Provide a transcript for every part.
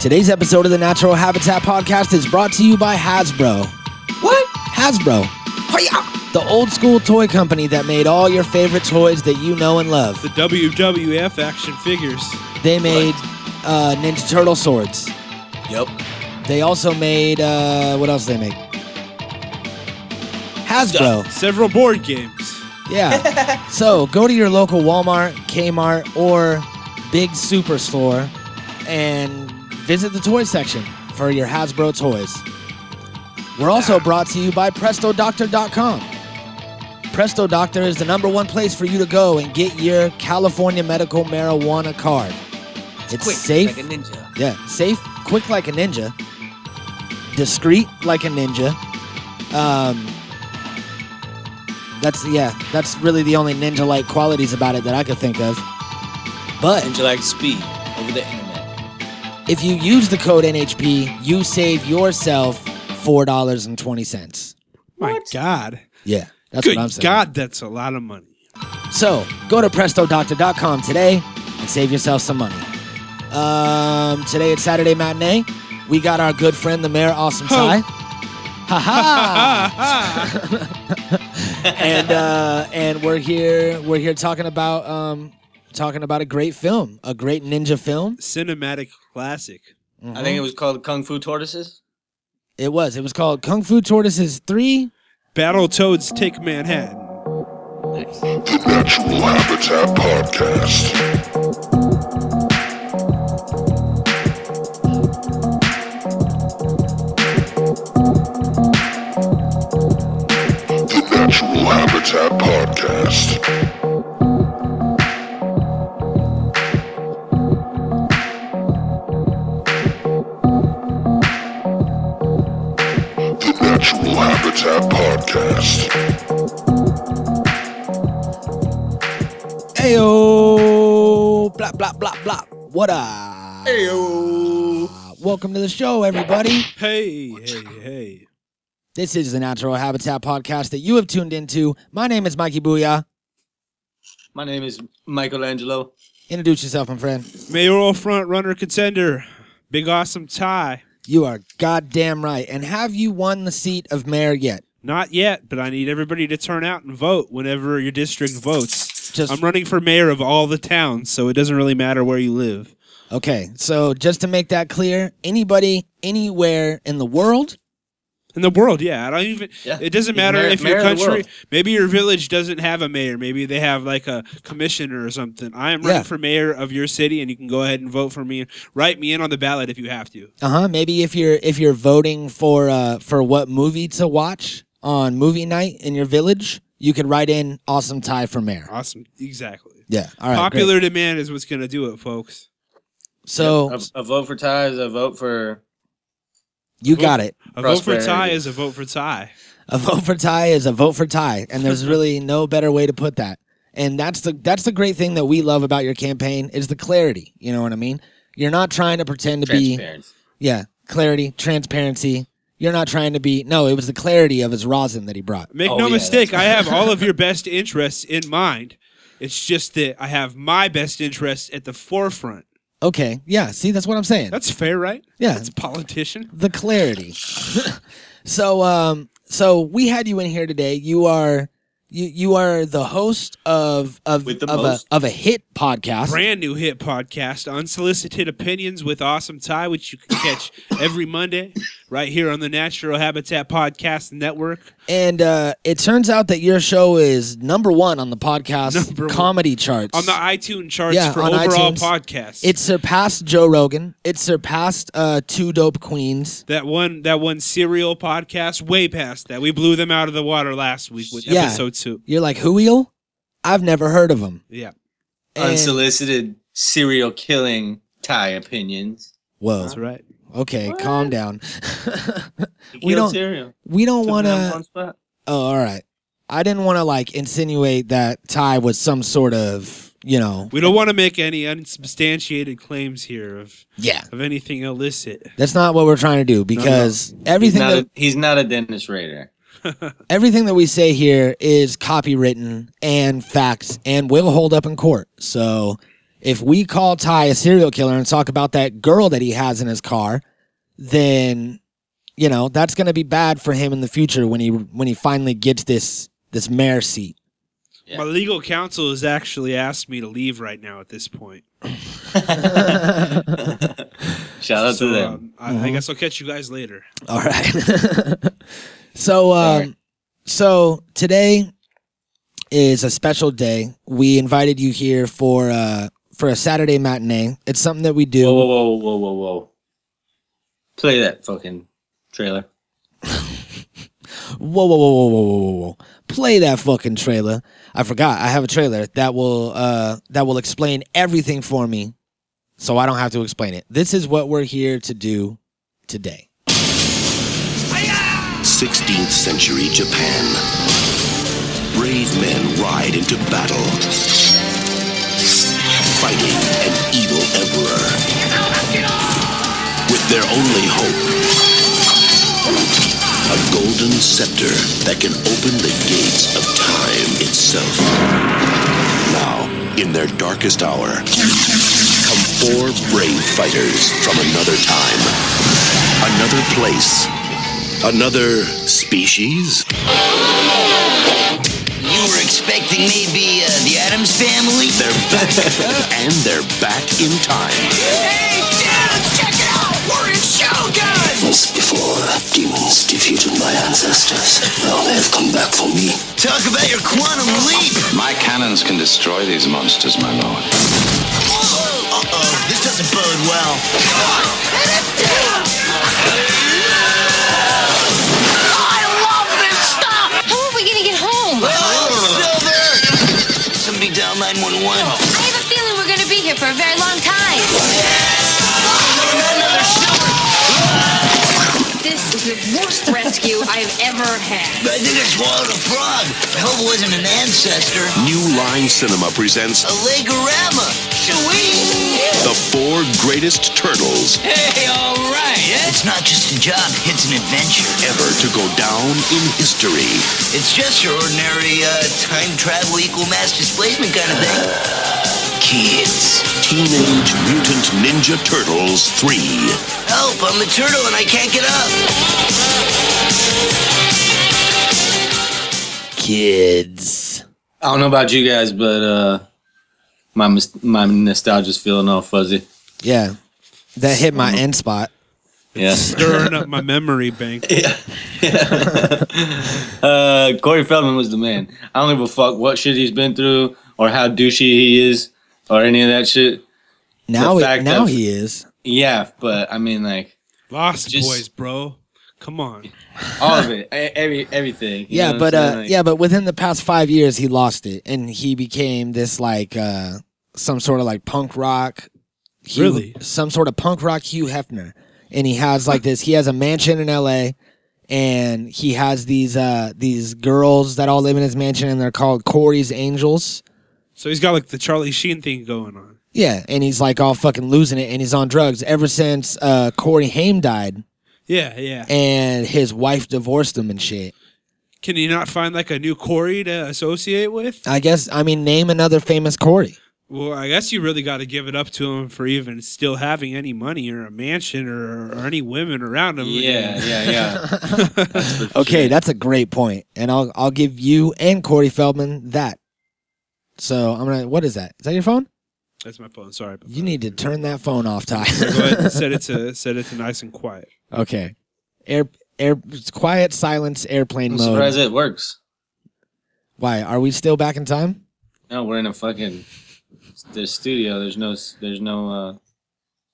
Today's episode of the Natural Habitat Podcast is brought to you by Hasbro. What? Hasbro, Hurry up! the old school toy company that made all your favorite toys that you know and love. The WWF action figures. They made uh, Ninja Turtle swords. Yep. They also made uh, what else? They make Hasbro. Several board games. Yeah. so go to your local Walmart, Kmart, or big superstore and visit the toy section for your Hasbro toys. We're also brought to you by PrestoDoctor.com. Presto Doctor is the number one place for you to go and get your California medical marijuana card. It's Quick, safe. Like a ninja. Yeah, safe, quick like a ninja, discreet like a ninja. Um, that's yeah, that's really the only ninja-like qualities about it that I could think of. But Ninja like speed over the internet. if you use the code NHP, you save yourself four dollars and twenty cents. My God. Yeah, that's Good what I'm saying. God, that's a lot of money. So go to prestodoctor.com today and save yourself some money. Um, today it's Saturday matinee. We got our good friend, the mayor, Awesome Ho. Ty. Ha ha! Ah, ah. and uh, and we're here we're here talking about um, talking about a great film, a great ninja film. Cinematic classic. I think it was called Kung Fu Tortoises. It was. It was called Kung Fu Tortoises Three. Battle Toads Take Manhattan. The Natural Habitat Podcast. The Natural Habitat Podcast. The Natural Habitat Podcast. Ayo, blah blah blah blah. What up? Ayo. Welcome to the show, everybody. Hey, hey, hey. This is the Natural Habitat podcast that you have tuned into. My name is Mikey Booyah. My name is Michelangelo. Introduce yourself, my friend. Mayoral front runner contender. Big awesome tie. You are goddamn right. And have you won the seat of mayor yet? Not yet, but I need everybody to turn out and vote whenever your district votes. Just- I'm running for mayor of all the towns, so it doesn't really matter where you live. Okay, so just to make that clear, anybody anywhere in the world, In the world, yeah. I don't even. Yeah. It doesn't He's matter mayor- if mayor your of the country, world. maybe your village doesn't have a mayor. Maybe they have like a commissioner or something. I am running Yeah. for mayor of your city, and you can go ahead and vote for me. Write me in on the ballot if you have to. uh-huh, maybe if you're if you're voting for uh for what movie to watch on movie night in your village, you could write in awesome tie for mayor. Awesome, exactly. Yeah. All right. great. Popular demand is what's gonna do it, folks. So A, a vote for ties, a vote for. you got it. A vote for tie Prosperity. is a vote for tie. A vote for tie is a vote for tie, and there's really no better way to put that. And that's the that's the great thing that we love about your campaign is the clarity. You know what I mean? You're not trying to pretend to be Transparency. Yeah, clarity, transparency. You're not trying to be. No, it was the clarity of his rosin that he brought. Make Oh, no yeah, mistake, I have all of your best interests in mind. It's just that I have my best interests at the forefront. Okay, yeah. See, that's what I'm saying. That's fair, right? Yeah. That's politician. the clarity. so, um, so we had you in here today. You are you you are the host of of With the of most. a of a hit podcast. brand new hit podcast, Unsolicited Opinions with Awesome Ty, which you can catch every Monday right here on the Natural Habitat Podcast Network. And uh, it turns out that your show is number one on the podcast Number one. comedy charts. On the iTunes charts Yeah, for on overall iTunes. podcasts. it surpassed Joe Rogan. It surpassed uh, Two Dope Queens. that one that one serial podcast way past that. We blew them out of the water last week with Yeah. episode two. You're like, who wheel? I've never heard of him. Yeah. And- Unsolicited serial killing tie opinions. Whoa. That's right. Okay, calm down. He We killed don't serial. we don't Took want him down to. one spot. Oh, all right. I didn't want to like insinuate that Ty was some sort of, you know. We don't want to make any unsubstantiated claims here of, Yeah, of anything illicit. that's not what we're trying to do because He's everything not, that a, he's not a Dennis Rader. everything that we say here is copywritten and facts and will hold up in court. So if we call Ty a serial killer and talk about that girl that he has in his car, then you know that's going to be bad for him in the future when he when he finally gets this this mayor seat. Yeah. My legal counsel has actually asked me to leave right now at this point. Shout out So, to them. um, I, I Mhm. guess I'll catch you guys later. All right. so, um, Sorry. so today is a special day. We invited you here for uh, for a Saturday matinee. It's something that we do. Whoa, whoa, whoa, whoa, whoa, whoa. Play that fucking trailer. whoa, whoa, whoa, whoa, whoa, whoa, whoa, whoa. Play that fucking trailer. I forgot. I have a trailer that will uh that will explain everything for me, so I don't have to explain it. This is what we're here to do today. 16th century Japan. Brave men ride into battle, fighting an evil emperor. With their only hope, a golden scepter that can open the gates of time itself. Now, in their darkest hour, come four brave fighters from another time, another place. Another species? You were expecting maybe uh, the Adams family? They're back. and they're back in time. Hey, dudes, check it out! We're in Shogun! Once before, demons defeated my ancestors. Now they have come back for me. Talk about your quantum leap! My cannons can destroy these monsters, my lord. Uh oh, this doesn't bode well. I love this stuff! How are we gonna get home? I Oh, Silver! Somebody dial 911. have a feeling we're gonna be here for a very long time. This is the worst rescue I've ever had. I think I swallowed a frog. I hope it wasn't an ancestor. New Line Cinema presents A legorama. Shoo-wee! the four greatest turtles Hey, all right. It's not just a job, it's an adventure. ever to go down in history. It's just your ordinary uh, time travel equal mass displacement kind of thing. Kids. Teenage Mutant Ninja Turtles 3. Help, I'm a turtle and I can't get up. Kids. I don't know about you guys, but uh, my mis- my nostalgia's feeling all fuzzy. Yeah, that hit my end spot. Yeah. Stirring up my memory bank. Uh, Corey Feldman was the man. I don't give a fuck what shit he's been through or how douchey he is or any of that shit. Now, The it, fact now of- he is. Yeah, but I mean, like Lost Just- boys, bro. Come on. all of it, e- every everything. you yeah know but what I'm uh saying? Like, yeah but within the past five years he lost it and he became this like uh some sort of like punk rock Hugh- Really? some sort of punk rock hugh hefner and he has like this he has a mansion in la and he has these uh these girls that all live in his mansion and they're called corey's angels So he's got like the Charlie Sheen thing going on. yeah and he's like all fucking losing it and he's on drugs ever since uh corey haim died Yeah, yeah. and his wife divorced him and shit Can you not find like a new Corey to associate with? i guess i mean name another famous corey Well, I guess you really got to give it up to him for even still having any money or a mansion or, or any women around him. yeah, yeah, yeah. Okay, that's a great point, and I'll I'll give you and Corey Feldman that. So I'm gonna. What is that? Is that your phone? That's my phone. Sorry. about You that. need to turn that phone off, Ty. Go ahead and set it to set it to nice and quiet. okay. Air air it's quiet silence airplane I'm mode. surprised it works. Why are we still back in time? No, we're in a fucking there's studio. There's no s- there's no uh,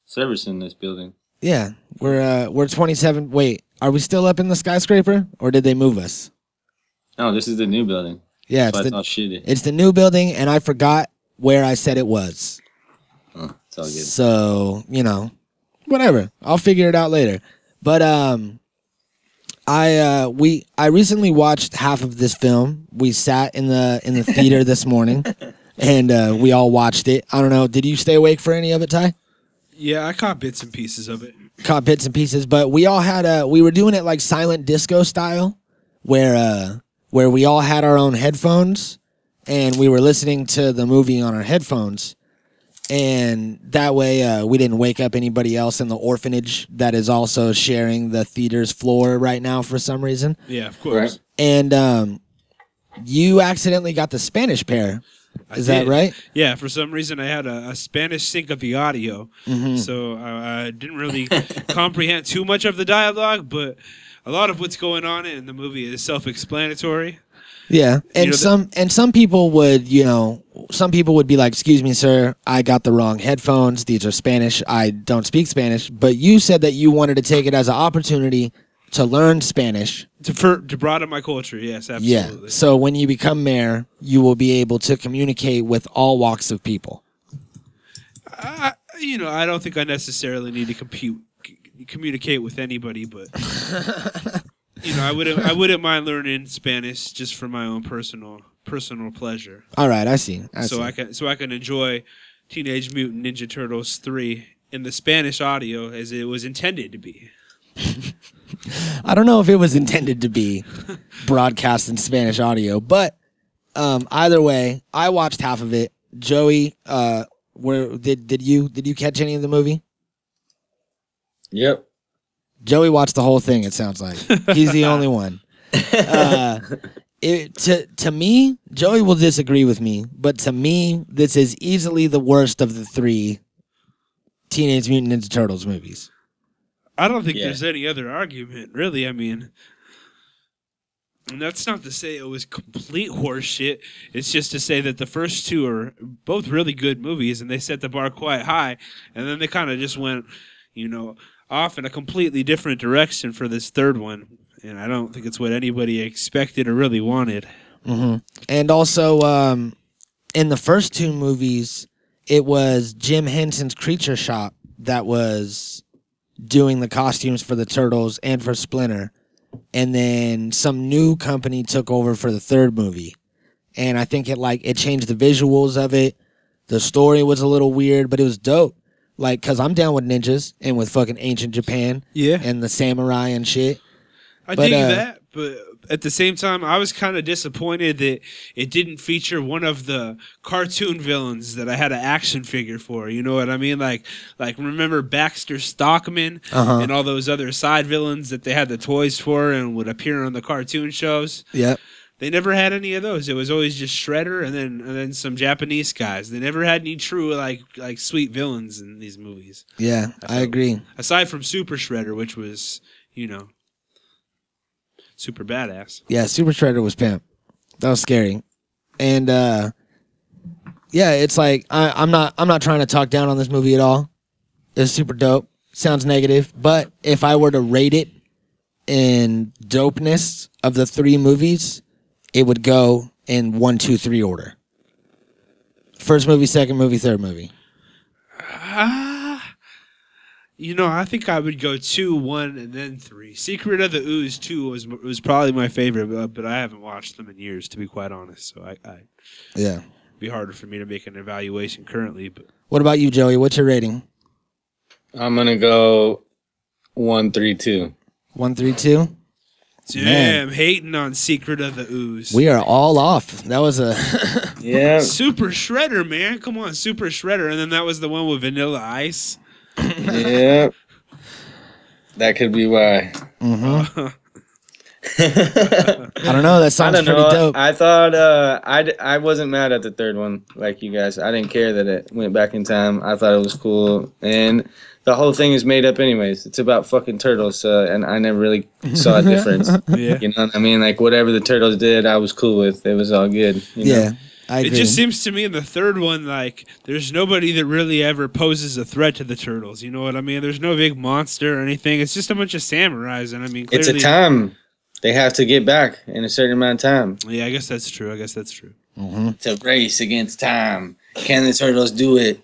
service in this building. Yeah, we're uh we're 27. Wait, are we still up in the skyscraper, or did they move us? No, this is the new building. Yeah, That's it's why it's the all shitty. it's the new building, and I forgot where I said it was. Oh, it's all good. So, you know, whatever. I'll figure it out later. But um I uh we I recently watched half of this film. We sat in the in the theater this morning and uh we all watched it. I don't know, did you stay awake for any of it, Ty? Yeah, I caught bits and pieces of it. Caught bits and pieces, but we all had a we were doing it like silent disco style where uh where we all had our own headphones and we were listening to the movie on our headphones and that way uh, we didn't wake up anybody else in the orphanage that is also sharing the theater's floor right now for some reason. Yeah, of course. And um, you accidentally got the Spanish pair. Is that did. right? Yeah, for some reason I had a, a Spanish sync of the audio, so I, I didn't really comprehend too much of the dialogue, but a lot of what's going on in the movie is self-explanatory. Yeah. And know, the- some and some people would, you know, some people would be like, "Excuse me, sir, I got the wrong headphones. These are Spanish. I don't speak Spanish." But you said that you wanted to take it as an opportunity to learn Spanish. To, for, to broaden my culture, yes, absolutely. Yeah. So when you become mayor, you will be able to communicate with all walks of people. you know, I don't think I necessarily need to compute c- communicate with anybody, but you know, I wouldn't I wouldn't mind learning Spanish just for my own personal personal pleasure, All right, I see. I so see. I can so I can enjoy Teenage Mutant Ninja Turtles three in the Spanish audio as it was intended to be. I don't know if it was intended to be broadcast in Spanish audio, but um, either way, I watched half of it. Joey, uh, where did did you did you catch any of the movie? Yep. Joey watched the whole thing. It sounds like he's the only one. Uh, it, to to me, Joey will disagree with me, but to me, this is easily the worst of the three Teenage Mutant Ninja Turtles movies. I don't think Yeah. there's any other argument, really. I mean, and that's not to say it was complete horseshit. It's just to say that the first two are both really good movies, and they set the bar quite high. And then they kind of just went, you know, off in a completely different direction for this third one. And I don't think it's what anybody expected or really wanted. And also, um, in the first two movies, it was Jim Henson's Creature Shop that was doing the costumes for the Turtles and for Splinter. And then some new company took over for the third movie. And I think it like, it changed the visuals of it. The story was a little weird, but it was dope. Like, cause I'm down with ninjas and with fucking ancient Japan. Yeah. And the samurai and shit. I But, dig uh, that, but at the same time, I was kind of disappointed that it didn't feature one of the cartoon villains that I had an action figure for. You know what I mean? Like, like remember Baxter Stockman Uh-huh. and all those other side villains that they had the toys for and would appear on the cartoon shows. Yep. They never had any of those. It was always just Shredder and then and then some Japanese guys. They never had any true like like sweet villains in these movies Yeah. I agree. aside from Super Shredder, which was you know super badass. Yeah, Super Shredder was pimp. That was scary. And uh yeah, it's like I, I'm not I'm not trying to talk down on this movie at all. It's super dope. Sounds negative, but if I were to rate it in dopeness of the three movies, it would go in one, two, three order. First movie, second movie, third movie. You know, I think I would go two, one, and then three. Secret of the Ooze two was was probably my favorite, but, but I haven't watched them in years, to be quite honest. So I, I it'd Yeah. be harder for me to make an evaluation currently. But What about you, Joey? What's your rating? I'm gonna go one, three, two. One, three, two. damn, Man. hating on Secret of the Ooze. We are all off. That was a Yeah. Super Shredder, man, come on, Super Shredder, and then that was the one with Vanilla Ice. yeah. That could be why. I don't know. That I Mm-hmm. sounds don't pretty know. dope. I thought uh, I, d- I wasn't mad at the third one like you guys. I didn't care that it went back in time. I thought it was cool, and the whole thing is made up anyways. It's about fucking turtles, so, and I never really saw a difference. Yeah. You know what I mean? Like whatever the turtles did, I was cool with. It was all good. you know? yeah, I It agree. just seems to me in the third one like there's nobody that really ever poses a threat to the turtles. You know what I mean? There's no big monster or anything. It's just a bunch of samurais, and I mean, it's clearly, a time. They have to get back in a certain amount of time. Yeah, I guess that's true. I guess that's true. It's a race against time. Can the turtles do it?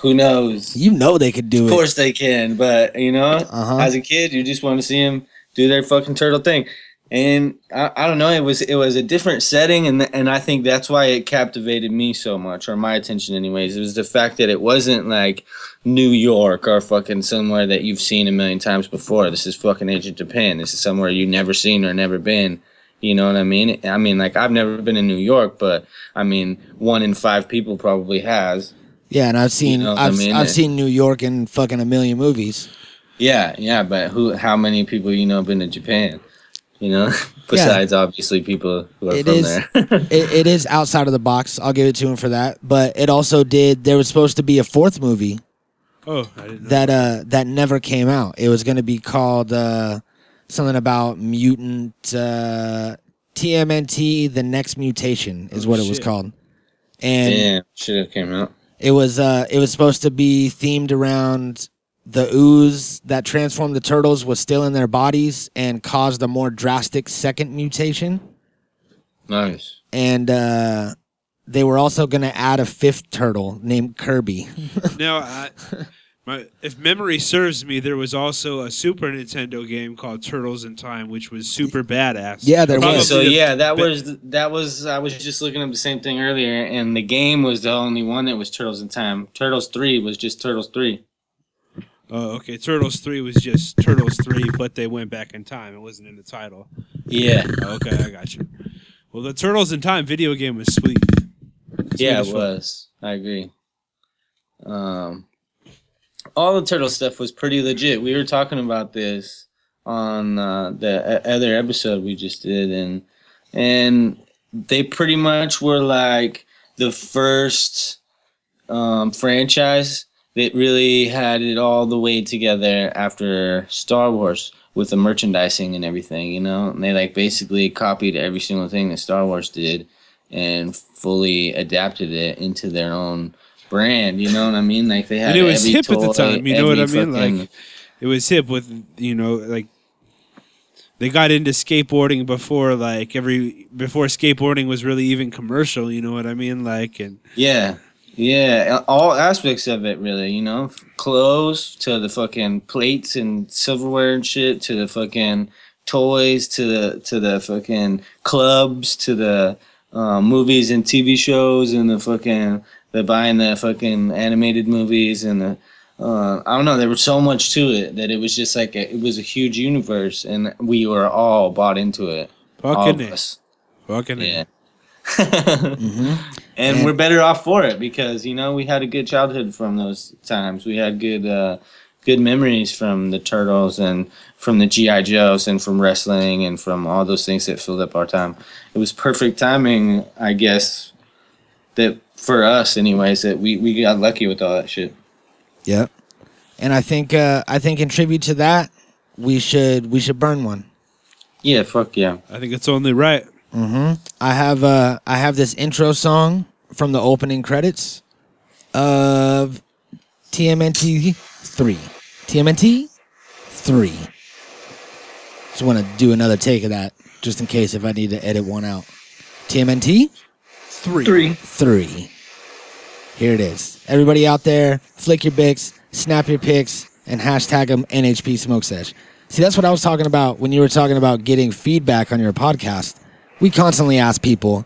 Who knows? You know they could do Of it. course they can, but you know, Uh-huh. as a kid, you just want to see them do their fucking turtle thing. And I, I don't know, it was it was a different setting, and th- and I think that's why it captivated me so much, or my attention, anyways. It was the fact that it wasn't like New York or fucking somewhere that you've seen a million times before. This is fucking ancient Japan. This is somewhere you've never seen or never been. You know what I mean? I mean, like I've never been in New York, but I mean, one in five people probably has. Yeah, and I've seen You know, I I've, mean, eh? I've it- seen New York in fucking a million movies. Yeah, yeah, but who? How many people you know have been to Japan? You know, besides obviously people who are It from is- there. It, it is outside of the box. I'll give it to him for that. But it also did. There was supposed to be a fourth movie Oh, I didn't know. that uh that never came out. It was going to be called uh something about mutant uh TMNT the next mutation is Oh, what it was shit. called. And Damn, should have came out. it was uh it was supposed to be themed around the ooze that transformed the turtles was still in their bodies and caused a more drastic second mutation. Nice. And uh they were also going to add a fifth turtle named Kirby. Now, I, my, if memory serves me, there was also a Super Nintendo game called Turtles in Time, which was super badass. Yeah, there Probably Yeah, was. so the- yeah, that was that was. I was just looking up the same thing earlier, and the game was the only one that was Turtles in Time. Turtles Three was just Turtles Three. Oh, okay. Turtles Three was just Turtles Three, but they went back in time. It wasn't in the title. Yeah, Oh, okay, I got you. Well, the Turtles in Time video game was sweet. yeah, as it fuck. was. I agree. Um, all the turtle stuff was pretty legit. We were talking about this on uh, the o- other episode we just did, and and they pretty much were like the first um, franchise that really had it all the way together after Star Wars with the merchandising and everything, you know. And they like basically copied every single thing that Star Wars did and fully adapted it into their own brand. You know what I mean? Like they had And it was every hip at the toy, time. You know what I every mean? Like, fucking- it was hip with you know like they got into skateboarding before like every before skateboarding was really even commercial you know what i mean like and Yeah. Yeah, all aspects of it, really. You know, clothes to the fucking plates and silverware and shit, to the fucking toys, to the to the fucking clubs, to the uh, movies and TV shows, and the fucking the buying the fucking animated movies and the uh, I don't know. There was so much to it that it was just like a, it was a huge universe, and we were all bought into it. all of fucking it us. fucking Yeah. Mm-hmm. it And we're better off for it because you know we had a good childhood from those times. We had good, uh, good memories from the turtles and from the GI Joes and from wrestling and from all those things that filled up our time. It was perfect timing, I guess, that for us, anyways, that we we got lucky with all that shit. Yep. And I think uh, I think in tribute to that, we should we should burn one. Yeah, fuck yeah. i think it's only right I have uh, I have this intro song from the opening credits of TMNT three. TMNT three. Just want to do another take of that, just in case if I need to edit one out. TMNT three three. Here it is. Everybody out there, flick your bics, snap your pics, and hashtag them NHP Smoke Sesh. See, that's what I was talking about when you were talking about getting feedback on your podcast. We constantly ask people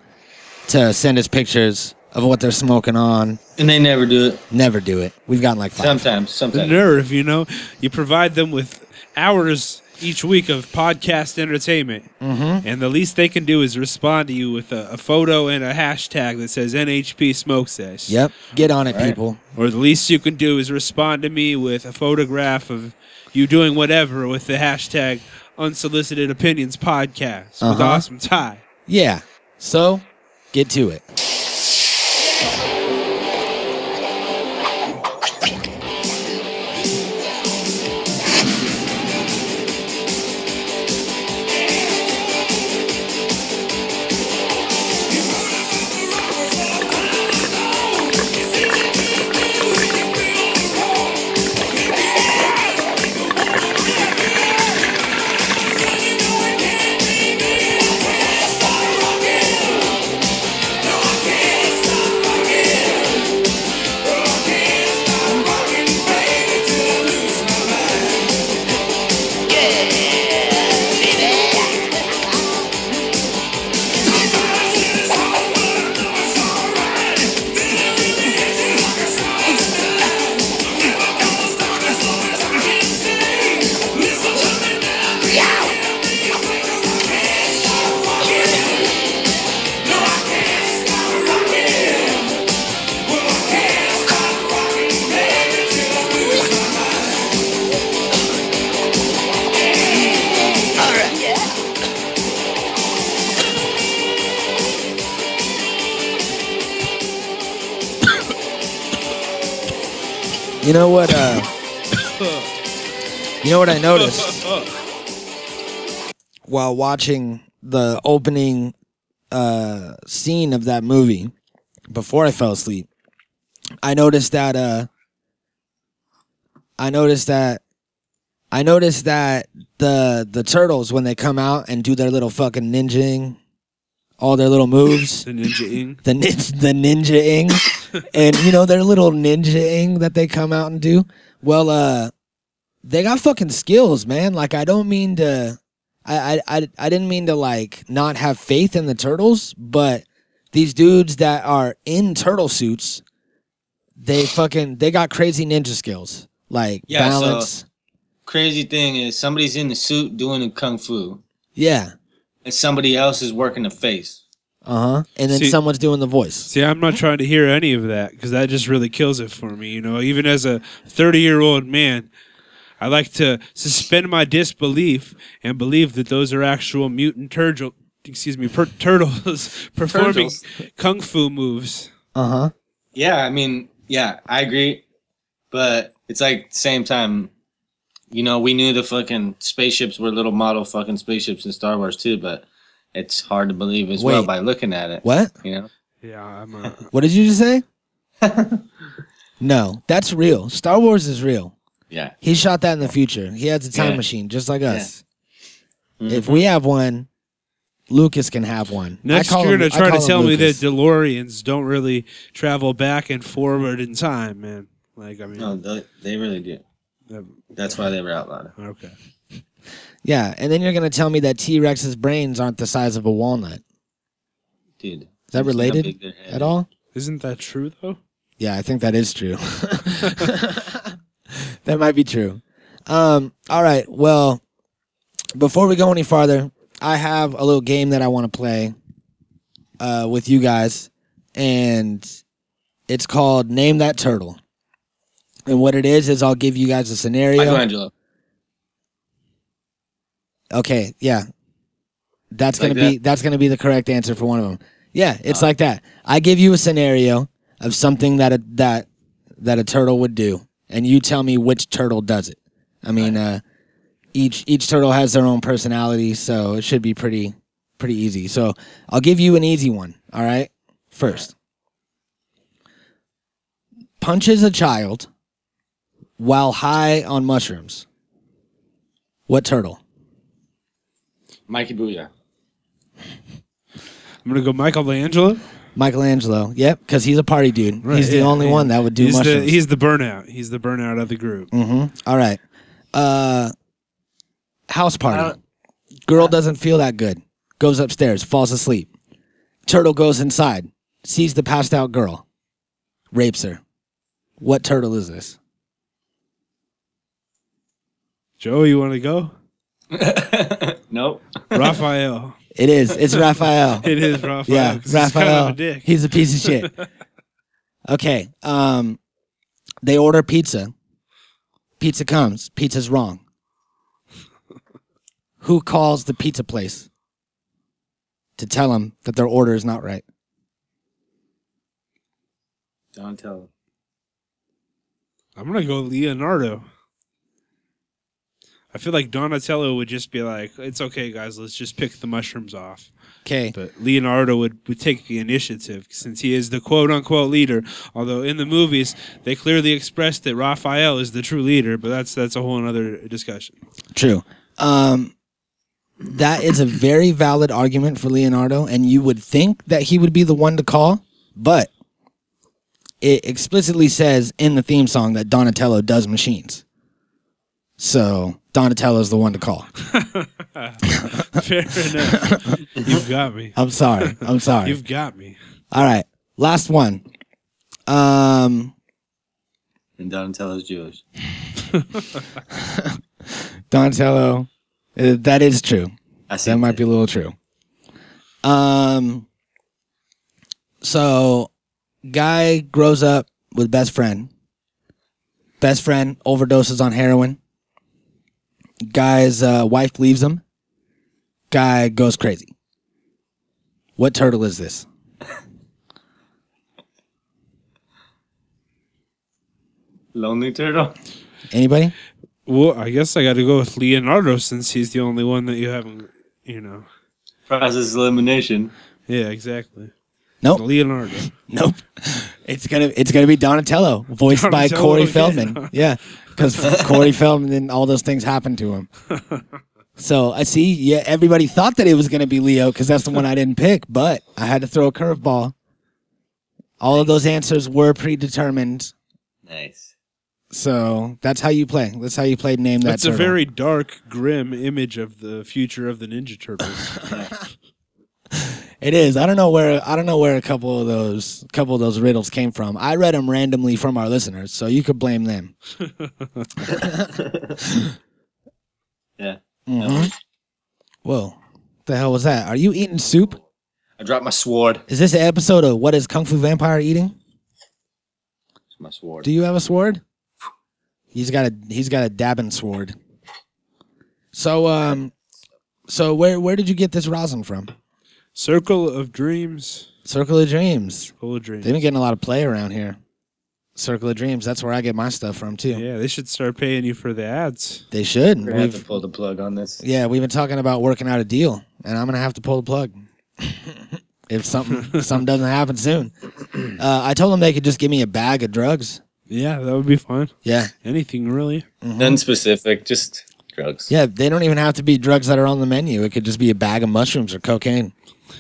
to send us pictures of what they're smoking on. And they never do it. Never do it. We've gotten like five. Sometimes, the sometimes. nerve you know you provide them with hours each week of podcast entertainment mm-hmm. and the least they can do is respond to you with a, a photo and a hashtag that says nhp smoke sesh Yep. Get on it, people. or the least you can do is respond to me with a photograph of you doing whatever with the hashtag unsolicited opinions podcast with Uh-huh. awesome tie Yeah. So, get to it. Thank You know what? Uh, you know what I noticed while watching the opening uh, scene of that movie before I fell asleep. I noticed that. Uh, I noticed that. I noticed that the the turtles when they come out and do their little fucking ninjing, all their little moves The ninja ing. the nin- the ninjaing, and you know their little ninjaing that they come out and do. Well, uh, they got fucking skills, man. Like I don't mean to, I I I, I didn't mean to like not have faith in the turtles, but these dudes that are in turtle suits, they fucking they got crazy ninja skills, like Yeah, so- balance. Crazy thing is, somebody's in the suit doing the kung fu, yeah. and somebody else is working the face. Uh huh. And then See- someone's doing the voice. See, I'm not trying to hear any of that because that just really kills it for me. You know, even as a 30 year old man, I like to suspend my disbelief and believe that those are actual mutant turtle, excuse me, per- turtles performing Turtles. kung fu moves. Uh huh. Yeah, I mean, yeah, I agree, but it's like same time. You know, we knew the fucking spaceships were little model fucking spaceships in Star Wars too, but it's hard to believe as well Wait. by looking at it. What? You know, Yeah, I'm a, What did you just say? no, that's real. Star Wars is real. yeah, He shot that in the future. He has a time Yeah. machine, just like Yeah. us. Mm-hmm. If we have one, Lucas can have one. I Next, call you're him- gonna I try call to him tell me Lucas. that DeLoreans don't really travel back and forward in time, man. Like, I mean, no, they, they really do. that- That's why they were outlawed. okay. Yeah, and then you're gonna tell me that T Rex's brains aren't the size of a walnut. dude. Is that related At all? Isn't that true though? Yeah, I think that is true. that might be true. Um, all right. Well, before we go any farther, I have a little game that I want to play uh, with you guys, and it's called Name That Turtle. And what it is is I'll give you guys a scenario. Michelangelo. Okay, yeah, that's Like gonna be that's gonna be the correct answer for one of them. Yeah, it's like that. I give you a scenario of something that a, that that a turtle would do, and you tell me which turtle does it. I mean, uh, each each turtle has their own personality, so it should be pretty pretty easy. So I'll give you an easy one. All right, first punches a child while high on mushrooms. What turtle? Mikey Booyah. I'm gonna go Michelangelo. Michelangelo. Yep, because he's a party dude. he's the yeah, only yeah. one that would do he's mushrooms. The, he's the burnout. He's the burnout of the group. hmm All right. Uh, house party. Girl doesn't feel that good. Goes upstairs, falls asleep. Turtle goes inside, sees the passed out girl, rapes her. What turtle is this? Joe, you want to go? Nope. Raphael. It is. It's Raphael. It is Raphael. yeah, 'cause he's Raphael. Kind of a dick. He's a piece of shit. okay. Um, they order pizza. Pizza comes. Pizza's wrong. Who calls the pizza place to tell them that their order is not right? Don't tell him. I'm gonna go Leonardo. I feel like Donatello would just be like, "It's okay, guys. Let's just pick the mushrooms off." Okay. But Leonardo would, would take the initiative since he is the quote unquote leader. Although in the movies they clearly express that Raphael is the true leader, but that's that's a whole other discussion. True. Um, that is a very valid argument for Leonardo, and you would think that he would be the one to call, but it explicitly says in the theme song that Donatello does machines. So Donatello is the one to call. Fair enough. You've got me. I'm sorry. I'm sorry. You've got me. All right. Last one. Um, And Donatello's Jewish. Donatello. uh, that is true. I see. That might be a little true. Um. So, guy grows up with best friend. Best friend overdoses on heroin. Guy's uh, wife leaves him. Guy goes crazy. What turtle is this? Lonely Turtle. Anybody? Well, I guess I got to go with Leonardo since he's the only one that you haven't, you know. Process elimination. Yeah, exactly. Nope. Leonardo. Nope. It's gonna it's gonna be Donatello, voiced by Donatello Corey again. Feldman. Yeah, because Corey Feldman and all those things happened to him. So I see. Yeah, everybody thought that it was gonna be Leo because that's the one I didn't pick, but I had to throw a curveball. All of those answers were predetermined, Nice. so that's how you play. That's how you play. Name that. That's a turtle. very dark, grim image of the future of the Ninja Turtles. It is. I don't know where I don't know where a couple of those couple of those riddles came from. I read them randomly from our listeners, so you could blame them. Yeah. Mhm. Whoa, the hell was that? Are you eating soup? I dropped my sword. Is this an episode of what is Kung Fu Vampire eating? It's my sword. Do you have a sword? He's got a he's got a dabbing sword. So um, so where where did you get this rosin from? Circle of Dreams. Circle of Dreams. Circle of Dreams. They've been getting a lot of play around here. Circle of Dreams. That's where I get my stuff from too. yeah, they should start paying you for the ads. They should. We're gonna have We've- to pull the plug on this. Yeah, we've been talking about working out a deal, and I'm gonna have to pull the plug if something something doesn't happen soon. Uh, I told them they could just give me a bag of drugs. Yeah, that would be fun. Yeah, Anything really. None specific, just drugs. Mm. yeah, they don't even have to be drugs that are on the menu. It could just be a bag of mushrooms or cocaine,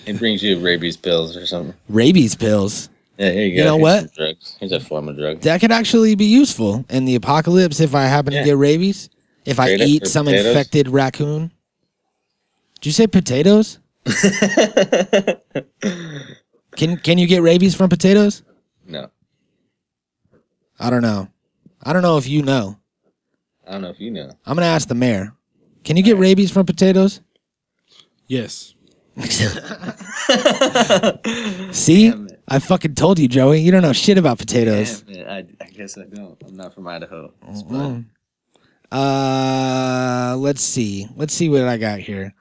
It brings you rabies pills or something. rabies pills. Yeah, here you go. You know Here's what? some Drugs. Here's a form of drug. That could actually be useful in the apocalypse if I happen Yeah. to get rabies. If I Straight up eat for some potatoes? infected raccoon. Did you say potatoes? can can you get rabies from potatoes? No, I don't know. I don't know if you know. I don't know if you know. I'm gonna ask the mayor. Can you get rabies from potatoes? Yes. See, Damn it. I fucking told you, Joey. You don't know shit about potatoes. Damn it, I, I guess I don't. I'm not from Idaho. It's fine. Mm. Uh, let's see. Let's see what I got here.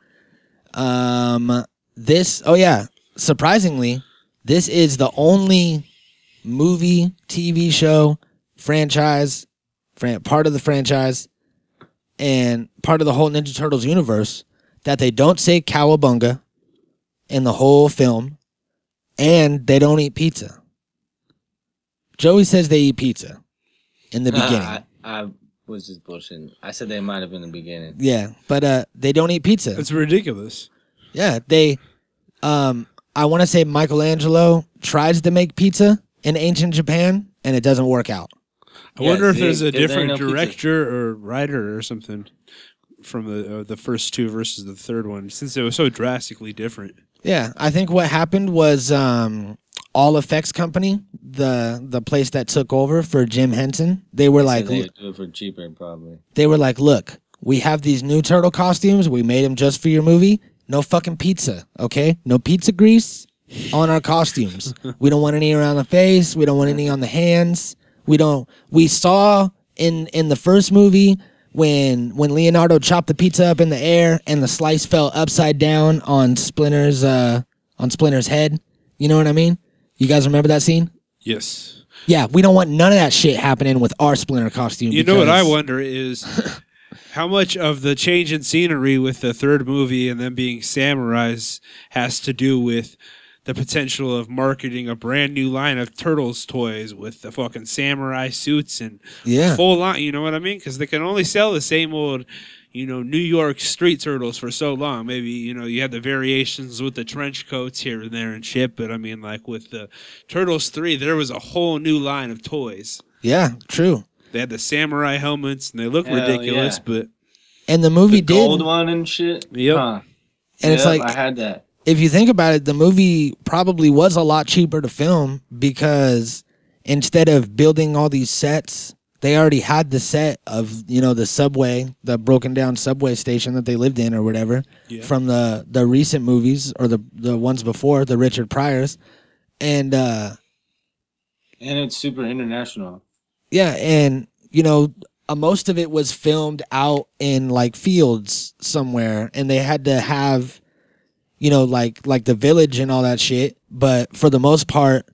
Um, this. Oh yeah. Surprisingly, this is the only movie, TV show, franchise, fran- part of the franchise, and part of the whole Ninja Turtles universe that they don't say cowabunga in the whole film, and they don't eat pizza. Joey says they eat pizza in the beginning. I, I was just bullshitting. I said they might have in the beginning. Yeah, but uh, they don't eat pizza. That's ridiculous. yeah, they. Um, I want to say Michelangelo tries to make pizza in ancient Japan, and it doesn't work out. I Yeah, wonder if they- there's a there- there ain't different no pizza. director or writer or something from the uh, the first two versus the third one, since it was so drastically different. Yeah, I think what happened was um, All Effects Company, the the place that took over for Jim Henson, they were like, Like, they would do it for cheaper, probably. they were like, look, we have these new turtle costumes. We made them just for your movie. No fucking pizza, okay? No pizza grease on our costumes. we don't want any around the face. We don't want any on the hands. We don't. We saw in in the first movie when when Leonardo chopped the pizza up in the air and the slice fell upside down on Splinter's uh on Splinter's head. You know what I mean? You guys remember that scene? Yes. Yeah, we don't want none of that shit happening with our Splinter costume. You know what I because- wonder is how much of the change in scenery with the third movie and them being samurais has to do with the potential of marketing a brand new line of turtles toys with the fucking samurai suits and Yeah. full line. You know what I mean? Because they can only sell the same old, you know, New York street turtles for so long. Maybe you know you had the variations with the trench coats here and there and shit, but I mean like with the Turtles three, there was a whole new line of toys. Yeah, true. They had the samurai helmets and they look Hell ridiculous, yeah. but And the movie the did. gold one and shit. Yep. And it's Yep, like- I had that. If you think about it, the movie probably was a lot cheaper to film because instead of building all these sets, they already had the set of, you know, the subway, the broken down subway station that they lived in or whatever Yeah. from the the recent movies or the the ones before, the Richard Pryors. And uh And it's super international. Yeah, and you know, uh, most of it was filmed out in like fields somewhere, and they had to have, you know, like like the village and all that shit. But for the most part,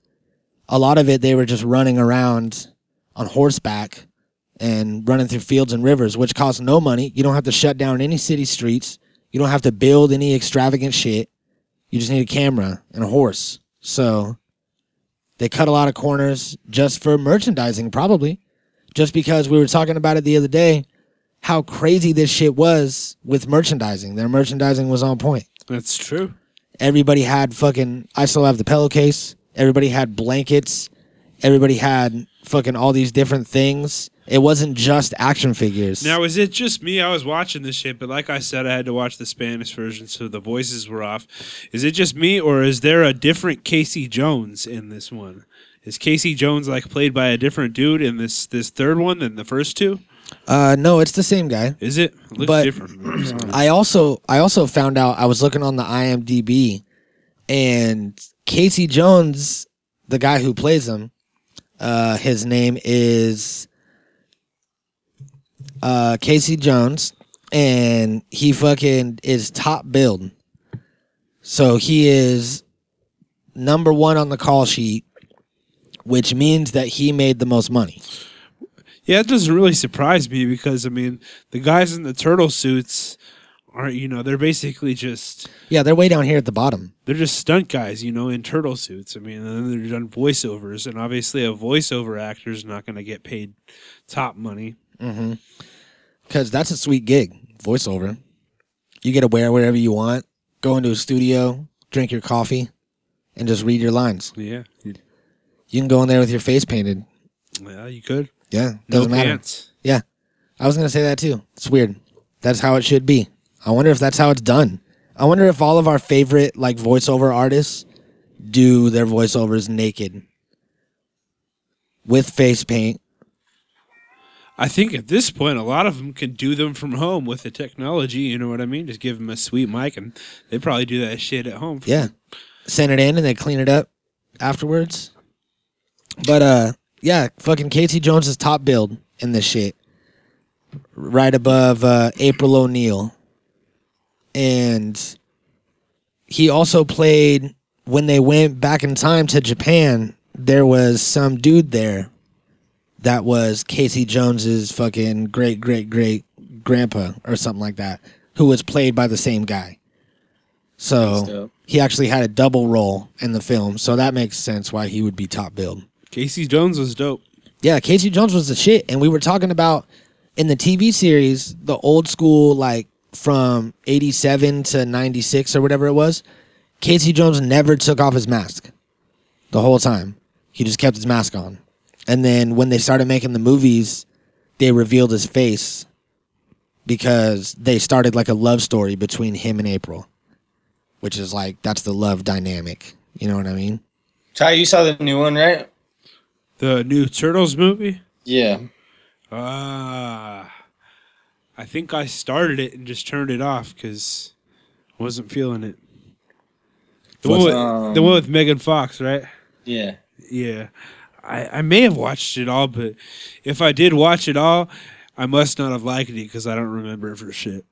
a lot of it they were just running around on horseback and running through fields and rivers, which costs no money. You don't have to shut down any city streets. You don't have to build any extravagant shit. You just need a camera and a horse. So they cut a lot of corners just for merchandising, probably. Just because we were talking about it the other day, how crazy this shit was with merchandising. Their merchandising was on point. That's true. Everybody had fucking. I still have the pillowcase. Everybody had blankets. Everybody had fucking all these different things. It wasn't just action figures. Now, is it just me? I was watching this shit, but like I said, I had to watch the Spanish version, so the voices were off. Is it just me, or is there a different Casey Jones in this one? Is Casey Jones like played by a different dude in this this third one than the first two? uh, no, it's the same guy. Is it? it looks But- different. I also I also found out I was looking on the IMDb, and Casey Jones, the guy who plays him, uh, his name is uh, Casey Jones, and he fucking is top billed. So he is number one on the call sheet, which means that he made the most money. Yeah, it doesn't really surprise me because I mean the guys in the turtle suits are you know they're basically just Yeah, they're way down here at the bottom. they're just stunt guys you know in turtle suits. I mean and then they're done voiceovers and obviously a voiceover actor is not going to get paid top money. Because that's a sweet gig, voiceover. You get to wear whatever you want, go into a studio, drink your coffee, and just read your lines. Yeah, you- You can go in there with your face painted. yeah, you could. Yeah, No doesn't matter. pants. Yeah, I was gonna say that too. It's weird. That's how it should be. I wonder if that's how it's done. I wonder if all of our favorite like voiceover artists do their voiceovers naked with face paint. I think at this point a lot of them can do them from home with the technology. You know what I mean? Just give them a sweet mic and they probably do that shit at home. for- Yeah. Send it in and they clean it up afterwards. But uh yeah, fucking Casey Jones is top billed in this shit. Right above uh April O'Neil. And he also played when they went back in time to Japan, there was some dude there that was Casey Jones's fucking great great great grandpa or something like that, who was played by the same guy. That's So dope. he actually had a double role in the film, so that makes sense why he would be top billed. Casey Jones was dope. Yeah, Casey Jones was the shit, and we were talking about in the TV series the old school like from '87 to '96 or whatever it was. Casey Jones never took off his mask the whole time. He just kept his mask on, and then when they started making the movies, they revealed his face because they started like a love story between him and April, which is like that's the love dynamic. You know what I mean? Ty, you saw the new one, right? The new Turtles movie? Yeah. Ah. I think I started it and just turned it off because I wasn't feeling it. The one, What's- with, um, the one with Megan Fox, right? Yeah. Yeah. I, I may have watched it all, but if I did watch it all, I must not have liked it because I don't remember it for shit.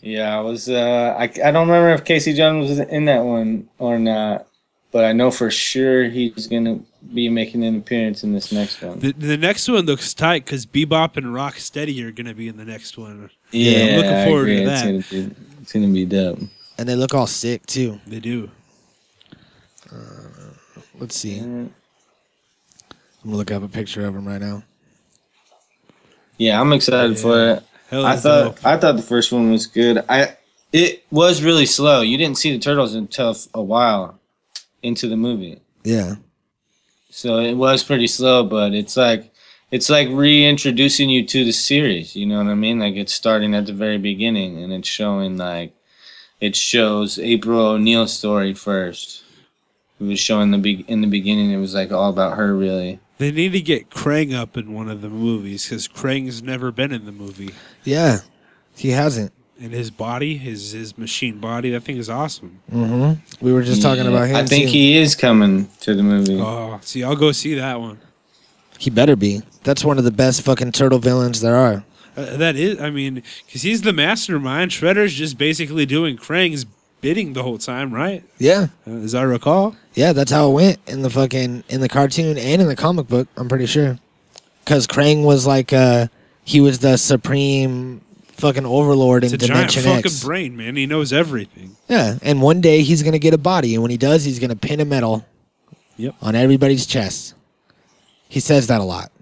Yeah, I was. Uh, I, I don't remember if Casey Jones was in that one or not, but I know for sure he's gonna be making an appearance in this next one. The, the next one looks tight because Bebop and Rocksteady are going to be in the next one. yeah, I'm looking I forward to agree. that. It's gonna, be, it's gonna be dope. And they look all sick too. They do. Let's see. I'm gonna look up a picture of him right now. Yeah, I'm excited for it. Hell I is thought dope. I thought the first one was good. I it was really slow. You didn't see the turtles until f- a while into the movie, Yeah. so it was pretty slow. But it's like it's like reintroducing you to the series. You know what I mean? Like it's starting at the very beginning and it's showing like it shows April O'Neil's story first. It was showing the be- in the beginning. It was like all about her really. They need to get Krang up in one of the movies because Krang's never been in the movie, Yeah. He hasn't. and his body, his his machine body, that thing is awesome. We were just talking about him. I think too. he is coming to the movie. Oh, see, I'll go see that one. he better be. That's one of the best fucking turtle villains there are. Uh, that is, I mean, because he's the mastermind. Shredder's just basically doing Krang's bidding the whole time, right? Yeah. Uh, as I recall, Yeah, that's how it went in the fucking in the cartoon and in the comic book, I'm pretty sure. because Krang was like uh he was the supreme fucking overlord in It's a Dimension giant X. fucking brain, man. He knows everything. Yeah, and one day he's gonna get a body, and when he does, he's gonna pin a medal Yep. on everybody's chest. He says that a lot.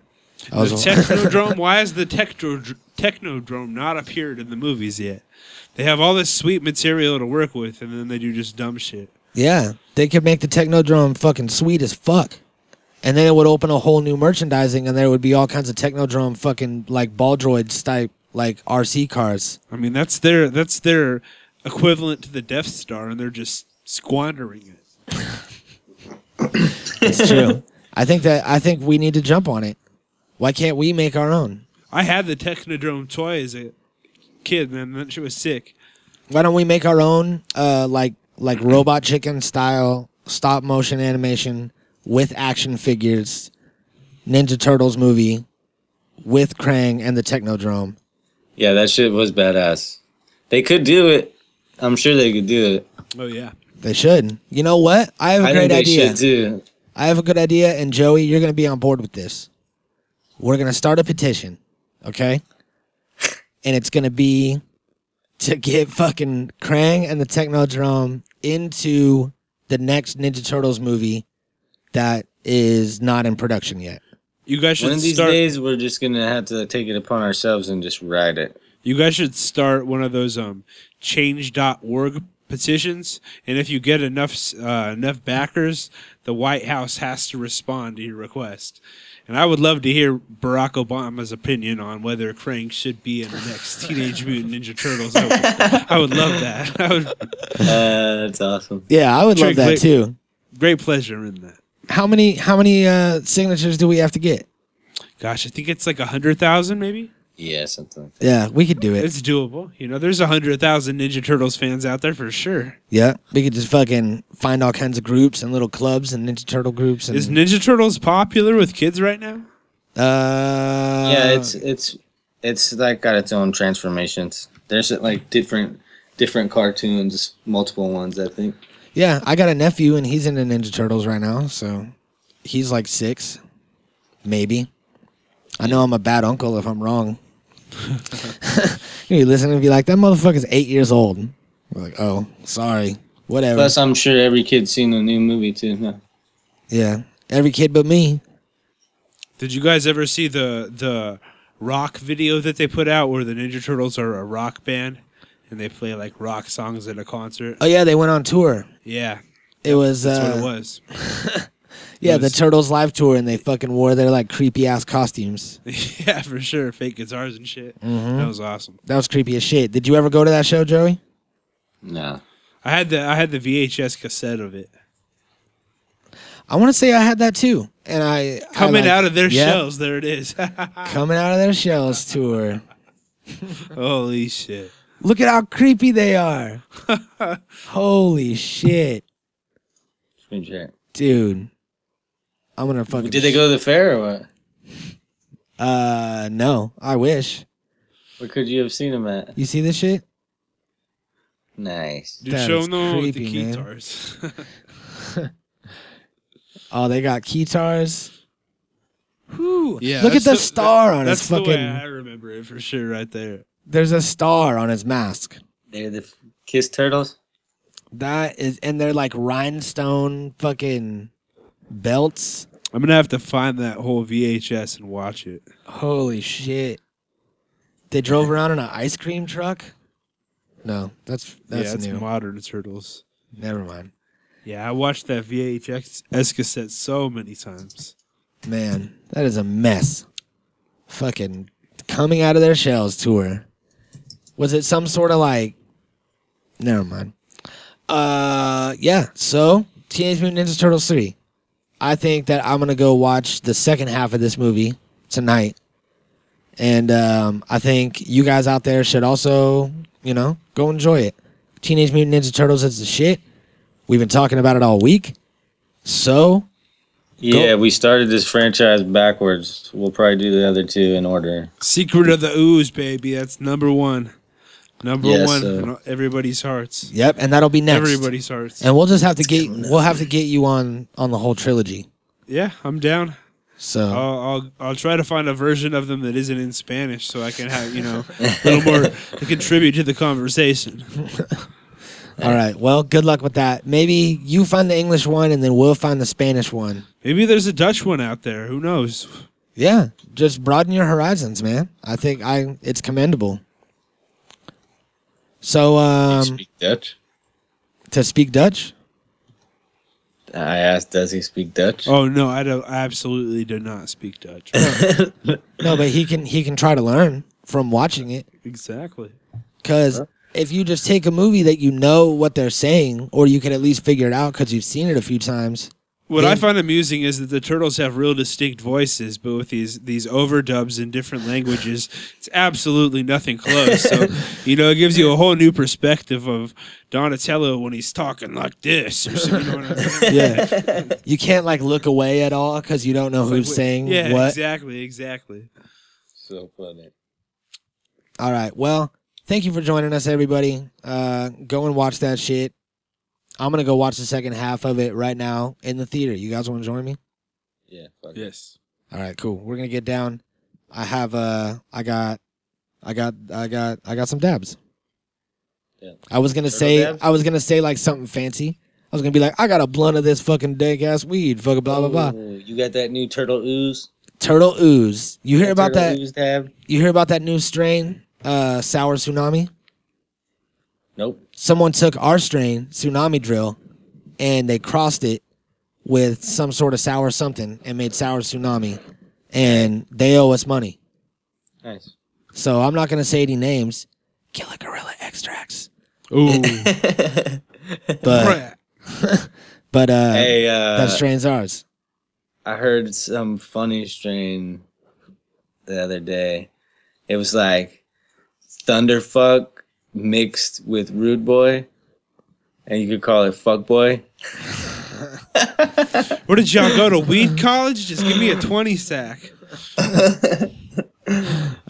I The was- Technodrome. why is the techno- Technodrome not appeared in the movies yet? They have all this sweet material to work with, and then they do just dumb shit. yeah, they could make the Technodrome fucking sweet as fuck. And then it would open a whole new merchandising, and there would be all kinds of Technodrome fucking like ball droids type like RC cars. I mean, that's their that's their equivalent to the Death Star, and they're just squandering it. It's true. I think that I think we need to jump on it. Why can't we make our own? I had the Technodrome toy as a kid, man. That shit was sick. Why don't we make our own uh like like robot chicken style stop motion animation with action figures Ninja Turtles movie with Krang and the Technodrome. Yeah, that shit was badass. They could do it. I'm sure they could do it. Oh yeah. They should. You know what? I have a I think great they idea. should do. I have a good idea and Joey, you're going to be on board with this. We're going to start a petition, okay? And it's going to be to get fucking Krang and the Technodrome into the next Ninja Turtles movie that is not in production yet. You guys One should of these start. days, we're just gonna have to take it upon ourselves and just ride it. You guys should start one of those um change.org petitions, and if you get enough s- uh, enough backers, the White House has to respond to your request. And I would love to hear Barack Obama's opinion on whether Krang should be in the next Teenage Mutant Ninja Turtles. I would, I would love that. I would Uh, that's awesome. Yeah, I would love Trick that click. too. great pleasure in that. How many how many uh signatures do we have to get? Gosh, I think it's like a hundred thousand, maybe. Yeah, something like that. Yeah, we could do it. It's doable. You know, there's a hundred thousand Ninja Turtles fans out there for sure. Yeah. We could just fucking find all kinds of groups and little clubs and Ninja Turtle groups and Is Ninja Turtles popular with kids right now? uh Yeah, it's it's it's like got its own transformations. There's like different different cartoons, multiple ones. I think. Yeah, I got a nephew and he's into Ninja Turtles right now, so he's like six, maybe. I know I'm a bad uncle if I'm wrong. you listen and be like, that motherfucker's eight years old. We're like, oh, sorry, whatever. Plus, I'm sure every kid's seen a new movie too. No. yeah, every kid but me. Did you guys ever see the the rock video that they put out where the Ninja Turtles are a rock band and they play like rock songs at a concert? Oh yeah, they went on tour. Yeah, It was, that's what uh, it was. yeah, It was- the Turtles live tour, and they fucking wore their like creepy ass costumes. yeah, for sure. Fake guitars and shit. Mm-hmm. That was awesome. That was creepy as shit. Did you ever go to that show, Joey? No. I had the I had the VHS cassette of it I want to say I had that too, and I I, coming like- out of their Yeah, shells. There it is. coming out of their shells tour. Holy shit. Look at how creepy they are. Holy shit, Pretty sure. dude. I'm gonna fucking. Did they go to the fair or what? Uh, no. I wish. Where could you have seen them at? You see this shit? Nice. Dude, That show is them with the creepy, man. guitars. Oh, they got keytars. Whew. Yeah, Look at that's the, the- star on his That's the way fucking. I remember it for sure, right there. There's a star on his mask. They're the f- Kiss Turtles. That is, and they're like rhinestone fucking belts. I'm gonna have to find that whole VHS and watch it. Holy shit! They drove around in an ice cream truck. No, that's that's yeah, it's new. modern turtles. Never mind. Yeah, I watched that VHS S cassette so many times. Man, that is a mess. Fucking coming out of their shells tour. Was it some sort of like? Never mind. Uh, yeah. So Teenage Mutant Ninja Turtles three. I think that I'm gonna go watch the second half of this movie tonight, and um, I think you guys out there should also, you know, go enjoy it. Teenage Mutant Ninja Turtles is the shit. We've been talking about it all week. So Yeah, we started this franchise backwards. We'll probably do the other two in order. Secret of the Ooze, baby. That's number one. Number Yes, one uh, in everybody's hearts. yep, and that'll be next. Everybody's hearts. and we'll just have to get we'll have to get you on on the whole trilogy. Yeah, I'm down. So I'll, I'll I'll try to find a version of them that isn't in Spanish, so I can have you know a little more to contribute to the conversation. all right. Well, good luck with that. Maybe you find the English one, and then we'll find the Spanish one. Maybe there's a Dutch one out there. Who knows? Yeah, just broaden your horizons, man. I think I it's commendable. So um, speak Dutch. to speak Dutch, I asked, does he speak Dutch? Oh no, I don't. I absolutely do not speak Dutch. no, but he can he can try to learn from watching it. exactly. Because if you just take a movie that you know what they're saying, or you can at least figure it out because you've seen it a few times. What Yeah. I find amusing is that the turtles have real distinct voices, but with these these overdubs in different languages, it's absolutely nothing close. So, you know, it gives you a whole new perspective of Donatello when he's talking like this. Or something, you know what I'm saying? Yeah, you can't like look away at all because you don't know who's Like, saying yeah, what. exactly, exactly. So funny. All right. Well, thank you for joining us, everybody. Uh, go and watch that shit. I'm gonna go watch the second half of it right now in the theater. You guys want to join me? Yeah. fuck it. Yes. All right, cool. We're gonna get down. I have uh, I got, I got, I got, I got some dabs. Yeah. I was gonna Turtle say, dabs? I was gonna say like something fancy. I was gonna be like, I got a blunt of this fucking dank ass weed, fucking blah blah blah. Ooh, Oh, you got that new turtle ooze? Turtle ooze. You hear about turtle that? ooze tab? You hear about that new strain, uh, sour tsunami? Nope. someone took our strain, Tsunami Drill, and they crossed it with some sort of sour something and made sour tsunami. And they owe us money. Nice. So I'm not gonna say any names. Killer Gorilla Extracts. Ooh. But but uh hey, uh, that strain's ours. I heard some funny strain the other day. It was like Thunderfuck mixed with Rude Boy, and you could call it Fuck Boy. Where did y'all go to weed college? Just give me a twenty sack.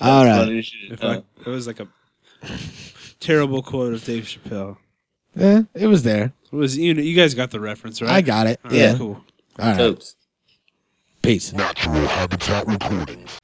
All right. Funny shit. If I, it was like a terrible quote of Dave Chappelle. Yeah, Eh, it was there. It was you know you guys got the reference right? I got it. All right, Yeah. Cool. All right. Totes. Peace. Natural Habitat Recordings.